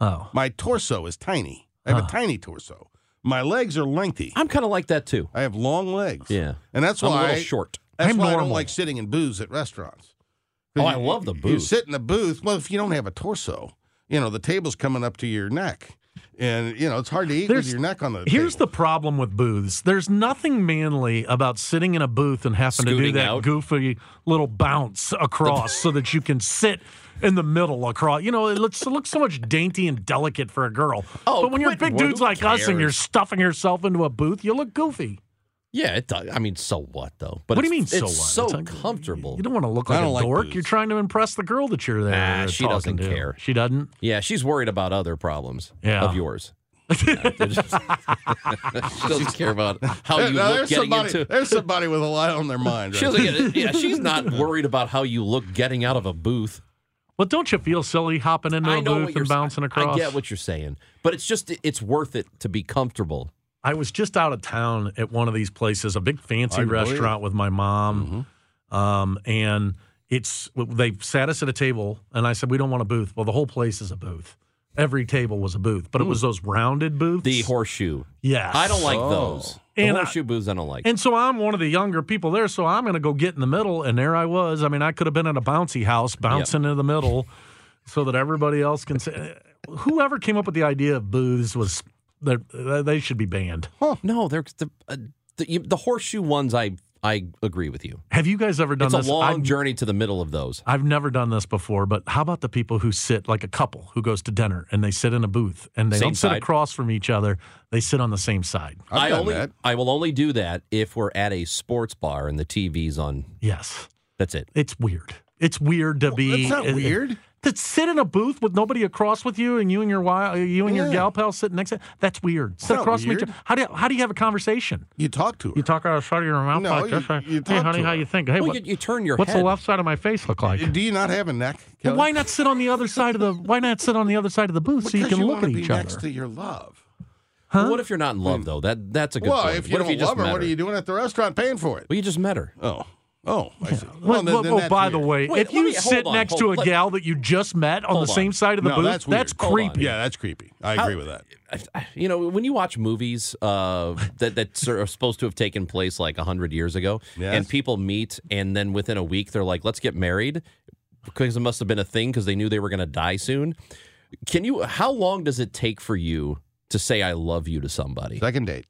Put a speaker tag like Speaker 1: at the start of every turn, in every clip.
Speaker 1: Oh.
Speaker 2: My torso is tiny. I have a tiny torso. My legs are lengthy.
Speaker 1: I'm kind of like that too.
Speaker 2: I have long legs.
Speaker 1: Yeah.
Speaker 2: And that's
Speaker 1: I'm a
Speaker 2: why
Speaker 1: little
Speaker 2: I-
Speaker 1: short.
Speaker 2: That's
Speaker 3: I'm
Speaker 2: why I don't
Speaker 3: normal.
Speaker 2: like sitting in booths at restaurants.
Speaker 1: Oh, I love the
Speaker 2: You
Speaker 1: booth.
Speaker 2: sit in the booth. Well, if you don't have a torso, you know, the table's coming up to your neck. And you know, it's hard to eat with
Speaker 3: There's-
Speaker 2: your neck on the
Speaker 3: Here's
Speaker 2: table.
Speaker 3: the problem with booths. There's nothing manly about sitting in a booth and having to do
Speaker 1: Scooting
Speaker 3: that
Speaker 1: out.
Speaker 3: goofy little bounce across so that you can sit in the middle across. You know, it looks, it looks so much dainty and delicate for a girl.
Speaker 1: Oh,
Speaker 3: but when you're
Speaker 1: quit,
Speaker 3: big
Speaker 1: Ward.
Speaker 3: dudes
Speaker 1: Who
Speaker 3: like us and you're
Speaker 1: cares?
Speaker 3: stuffing yourself into a booth, you look goofy.
Speaker 1: Yeah, it does. I mean, so what though? But
Speaker 3: What do you mean?
Speaker 1: it's-
Speaker 3: So what?
Speaker 1: it's so
Speaker 3: It's like-
Speaker 1: comfortable.
Speaker 3: You don't want to look
Speaker 2: I
Speaker 3: like a
Speaker 2: don't like
Speaker 3: dork.
Speaker 2: booths.
Speaker 3: You're trying to impress the girl that you're there.
Speaker 1: Nah, she
Speaker 3: talking
Speaker 1: doesn't
Speaker 3: to.
Speaker 1: care.
Speaker 3: She doesn't.
Speaker 1: yeah, she's worried about other problems
Speaker 3: Yeah.
Speaker 1: of yours. Yeah, she doesn't care about how
Speaker 2: There-
Speaker 1: you
Speaker 2: now,
Speaker 1: look
Speaker 2: there's
Speaker 1: getting
Speaker 2: somebody,
Speaker 1: into.
Speaker 2: there's somebody with a lot on their mind.
Speaker 1: She
Speaker 2: Right?
Speaker 1: doesn't get, yeah, she's not worried about how you look getting out of a booth.
Speaker 3: But don't you feel silly hopping into
Speaker 1: I
Speaker 3: a
Speaker 1: know
Speaker 3: booth
Speaker 1: what you're
Speaker 3: and bouncing across?
Speaker 1: I get what you're saying, but it's just it's worth it to be comfortable.
Speaker 3: I was just out of town at one of these places, a big fancy
Speaker 2: I can believe
Speaker 3: restaurant with my mom,
Speaker 1: Mm-hmm.
Speaker 3: um, and it's they sat us at a table, and I said we don't want a booth. Well, the whole place is a booth. Every table was a booth, but it was those rounded booths.
Speaker 1: Hmm. The horseshoe.
Speaker 3: yes,
Speaker 1: I don't like those. The
Speaker 3: And I-
Speaker 1: horseshoe booths I don't like.
Speaker 3: And so I'm one of the younger people there, so I'm going to go get in the middle, and there I was. I mean, I could have been at a bouncy house, bouncing into the middle, so that everybody else can say. Whoever came up with the idea of booths was that they should be banned.
Speaker 1: no, they're the, uh, the, you- the horseshoe ones. I I agree with you.
Speaker 3: Have you guys ever done
Speaker 1: It's a
Speaker 3: this?
Speaker 1: long
Speaker 3: I've
Speaker 1: journey to the middle of those.
Speaker 3: I've never done this before, but how about the people who sit like a couple who goes to dinner and they sit in a booth and they
Speaker 1: Same
Speaker 3: don't sit
Speaker 1: side.
Speaker 3: across from each other, they sit on the same side.
Speaker 2: I've
Speaker 1: I
Speaker 2: done
Speaker 1: only
Speaker 2: that.
Speaker 1: I will only do that if we're at a sports bar and the TV's on.
Speaker 3: Yes.
Speaker 1: That's it.
Speaker 3: It's weird. It's weird to be
Speaker 2: That's not
Speaker 3: uh,
Speaker 2: weird.
Speaker 3: To sit in a booth with nobody across with you and you and your wi- you and your
Speaker 2: Yeah.
Speaker 3: gal pal sitting next to that's weird. Sit
Speaker 2: not
Speaker 3: across from each
Speaker 2: weird.
Speaker 3: other. How do you, how do you have a conversation?
Speaker 2: You talk to her.
Speaker 3: You talk out of the side of your mouth
Speaker 2: No,
Speaker 3: like
Speaker 2: you-
Speaker 3: this. like,
Speaker 2: you
Speaker 3: hey
Speaker 2: talk
Speaker 3: honey,
Speaker 2: to
Speaker 3: how
Speaker 2: her.
Speaker 3: you think? Hey,
Speaker 1: Well,
Speaker 3: what,
Speaker 1: you, you turn your
Speaker 3: what's
Speaker 1: head.
Speaker 3: the left side of my face look like?
Speaker 2: Do you not have a neck?
Speaker 3: Well,
Speaker 2: Kelly?
Speaker 3: why not sit on the other side of the why not sit on the other side of the booth so you
Speaker 2: Because
Speaker 3: can look
Speaker 2: wanna
Speaker 3: at
Speaker 2: be
Speaker 3: each
Speaker 2: next
Speaker 3: other?
Speaker 2: to your love.
Speaker 1: Well, What if you're not in love though? That that's a good
Speaker 2: well,
Speaker 1: point.
Speaker 2: if you
Speaker 1: what
Speaker 2: don't
Speaker 1: if you just
Speaker 2: love her,
Speaker 1: met
Speaker 2: what are you doing at the restaurant paying for it?
Speaker 1: Well, you just met her.
Speaker 2: Oh, oh, I see.
Speaker 3: Well,
Speaker 2: Well, then-
Speaker 3: well,
Speaker 2: then
Speaker 3: oh,
Speaker 2: that's
Speaker 3: by the
Speaker 2: weird.
Speaker 3: way,
Speaker 1: Wait,
Speaker 3: if
Speaker 1: let
Speaker 3: you
Speaker 1: me- hold
Speaker 3: sit
Speaker 1: on,
Speaker 3: next
Speaker 1: hold-
Speaker 3: to a
Speaker 1: let-
Speaker 3: gal that you just met on
Speaker 1: Hold
Speaker 3: the
Speaker 1: on.
Speaker 3: same side of the
Speaker 2: No,
Speaker 3: booth,
Speaker 2: that's weird. Hold
Speaker 1: on.
Speaker 3: creepy.
Speaker 2: Yeah, that's creepy. I agree with that.
Speaker 1: You know, when you watch movies uh, that that are supposed to have taken place like hundred years ago,
Speaker 2: Yes.
Speaker 1: and people meet, and then within a week they're like, "Let's get married," because it must have been a thing because they knew they were going to die soon. Can you? How long does it take for you to say "I love you" to somebody?
Speaker 2: Second date.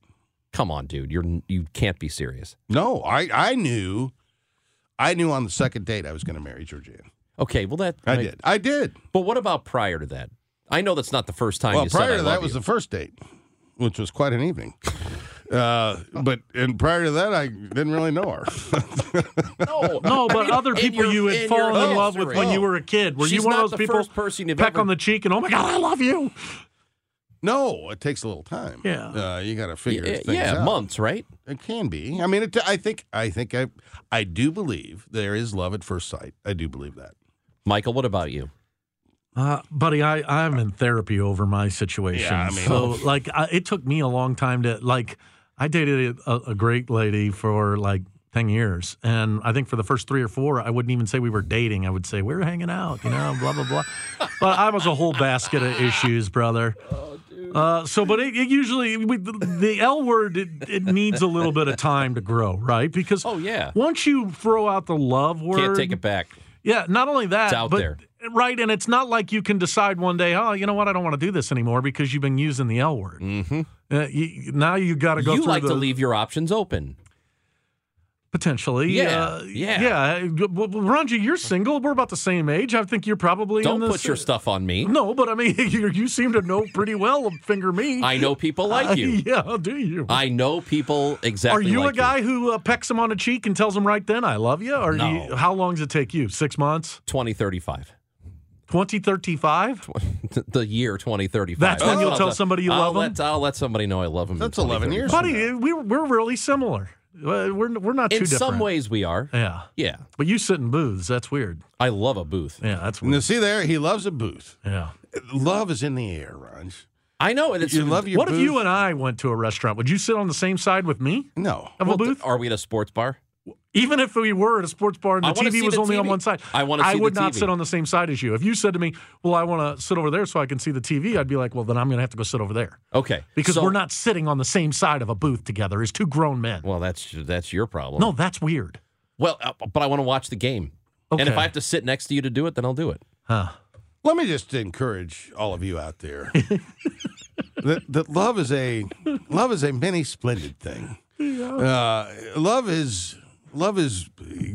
Speaker 1: Come on, dude, you're you can't be serious.
Speaker 2: No, I I knew, I knew on the second date I was going to marry Georgianne.
Speaker 1: Okay, well that
Speaker 2: I
Speaker 1: like,
Speaker 2: did. I did.
Speaker 1: But what about prior to that? I know that's not the first time.
Speaker 2: Well,
Speaker 1: you
Speaker 2: prior
Speaker 1: said,
Speaker 2: to
Speaker 1: I
Speaker 2: that
Speaker 1: love
Speaker 2: was
Speaker 1: you.
Speaker 2: the first date, which was quite an evening. Uh, but and prior to that, I didn't really know her.
Speaker 1: no,
Speaker 3: No,
Speaker 1: I
Speaker 3: but
Speaker 1: mean,
Speaker 3: other
Speaker 1: in
Speaker 3: people
Speaker 1: your-
Speaker 3: you had
Speaker 1: your
Speaker 3: fallen in love with
Speaker 1: history.
Speaker 3: when you were a kid. Were
Speaker 1: She's
Speaker 3: you one
Speaker 1: not
Speaker 3: of those
Speaker 1: the
Speaker 3: people
Speaker 1: first person you've
Speaker 3: peck
Speaker 1: ever-
Speaker 3: on the cheek and oh my god, I love you?
Speaker 2: no, it takes a little time.
Speaker 3: Yeah.
Speaker 2: uh, you got to figure
Speaker 1: Yeah,
Speaker 2: things
Speaker 1: yeah,
Speaker 2: out.
Speaker 1: months, right?
Speaker 2: It can be. I mean, it, I think I think I I do believe there is love at first sight. I do believe that.
Speaker 1: Michael, what about you?
Speaker 3: Uh, buddy, I, I'm in therapy over my situation.
Speaker 2: Yeah, I mean-
Speaker 3: so, like, I, it took me a long time to, like, I dated a, a great lady for like 10 years. And I think for the first three or four, I wouldn't even say we were dating. I would say, we're hanging out, you know, blah, blah, blah. But I was a whole basket of issues, brother.
Speaker 1: Oh,
Speaker 3: Uh, so, but it, it usually, we, the, the L word, it, it needs a little bit of time to grow, right? Because
Speaker 1: Oh, yeah.
Speaker 3: once you throw out the love word,
Speaker 1: Can't take it back.
Speaker 3: yeah, not only that,
Speaker 1: It's out
Speaker 3: but
Speaker 1: there.
Speaker 3: right, and it's not like you can decide one day, oh, you know what, I don't want to do this anymore because you've been using the L word. Mm-hmm. Uh, you, now you got to go
Speaker 1: you
Speaker 3: through
Speaker 1: like
Speaker 3: the
Speaker 1: to leave your options open.
Speaker 3: potentially.
Speaker 1: Yeah,
Speaker 3: uh,
Speaker 1: yeah.
Speaker 3: yeah. Well, Ranji, you're single. We're about the same age. I think you're probably
Speaker 1: Don't
Speaker 3: in this.
Speaker 1: put your stuff on me.
Speaker 3: No, but I mean, you, you seem to know pretty well. Finger me.
Speaker 1: I know people
Speaker 3: Uh,
Speaker 1: like you.
Speaker 3: yeah, do you?
Speaker 1: I know people
Speaker 3: Are
Speaker 1: exactly.
Speaker 3: you
Speaker 1: like
Speaker 3: a guy who uh, pecks him on the cheek and tells him right then, "I love you"? Or do
Speaker 1: No.
Speaker 3: you, how long does it take you? Six months?
Speaker 1: Twenty thirty five.
Speaker 3: 2035?
Speaker 1: the year 2035.
Speaker 3: That's when
Speaker 1: I'll
Speaker 3: you'll tell
Speaker 1: the-
Speaker 3: somebody you
Speaker 1: I'll
Speaker 3: love 'em?
Speaker 1: let- I'll let somebody know I love them.
Speaker 2: That's 11 years.
Speaker 3: Buddy, we, we're really similar. Uh, We're, we're not too
Speaker 1: In
Speaker 3: different.
Speaker 1: some ways, we are.
Speaker 3: Yeah.
Speaker 1: Yeah.
Speaker 3: But you sit in booths. That's weird.
Speaker 1: I love a booth.
Speaker 3: Yeah, that's
Speaker 2: Now,
Speaker 3: weird.
Speaker 2: see there, he loves a booth.
Speaker 3: Yeah.
Speaker 2: Love is in the air, Raj.
Speaker 1: I know. And it's,
Speaker 2: You love your
Speaker 3: what
Speaker 2: booth.
Speaker 3: if you and I went to a restaurant? Would you sit on the same side with me
Speaker 2: No.
Speaker 3: of a
Speaker 1: Well,
Speaker 3: booth?
Speaker 1: Are we at a sports bar?
Speaker 3: Even if we were at a sports bar and
Speaker 1: I
Speaker 3: the
Speaker 1: wanna
Speaker 3: TV
Speaker 1: see
Speaker 3: was
Speaker 1: the
Speaker 3: only on
Speaker 1: TV.
Speaker 3: one side,
Speaker 1: I wanna see the
Speaker 3: would not
Speaker 1: TV.
Speaker 3: sit on the same side as you. If you said to me, "Well, I want to sit over there so I can see the TV," I'd be like, "Well, then I'm going to have to go sit over there
Speaker 1: Okay.
Speaker 3: because
Speaker 1: So-
Speaker 3: we're not sitting on the same side of a booth together as two grown men."
Speaker 1: Well, that's that's your problem.
Speaker 3: no, that's weird.
Speaker 1: Well, uh, but I want to watch the game. And if
Speaker 3: Okay.
Speaker 1: I have to sit next to you to do it, then I'll do it.
Speaker 3: Huh.
Speaker 2: Let me just encourage all of you out there that, that love is a love is a many splendid thing. Uh, love is love is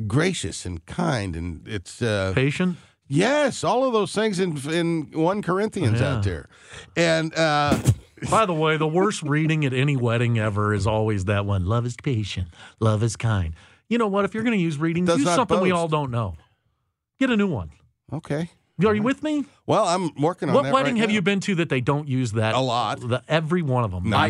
Speaker 2: gracious and kind, and it's uh,
Speaker 3: Patient.
Speaker 2: yes, all of those things in in one Corinthians out there, and uh,
Speaker 3: By the way, the worst reading at any wedding ever is always that one. Love is patient. Love is kind. You know what? If you're going to use readings,
Speaker 2: Does
Speaker 3: use
Speaker 2: not
Speaker 3: something we
Speaker 2: boast.
Speaker 3: all don't know. Get a new one.
Speaker 2: okay.
Speaker 3: Are you with me?
Speaker 2: Well, I'm working on
Speaker 3: What
Speaker 2: that
Speaker 3: wedding
Speaker 2: right
Speaker 3: have
Speaker 2: now.
Speaker 3: you been to that they don't use that?
Speaker 2: A lot.
Speaker 3: The, every one of them.
Speaker 2: No.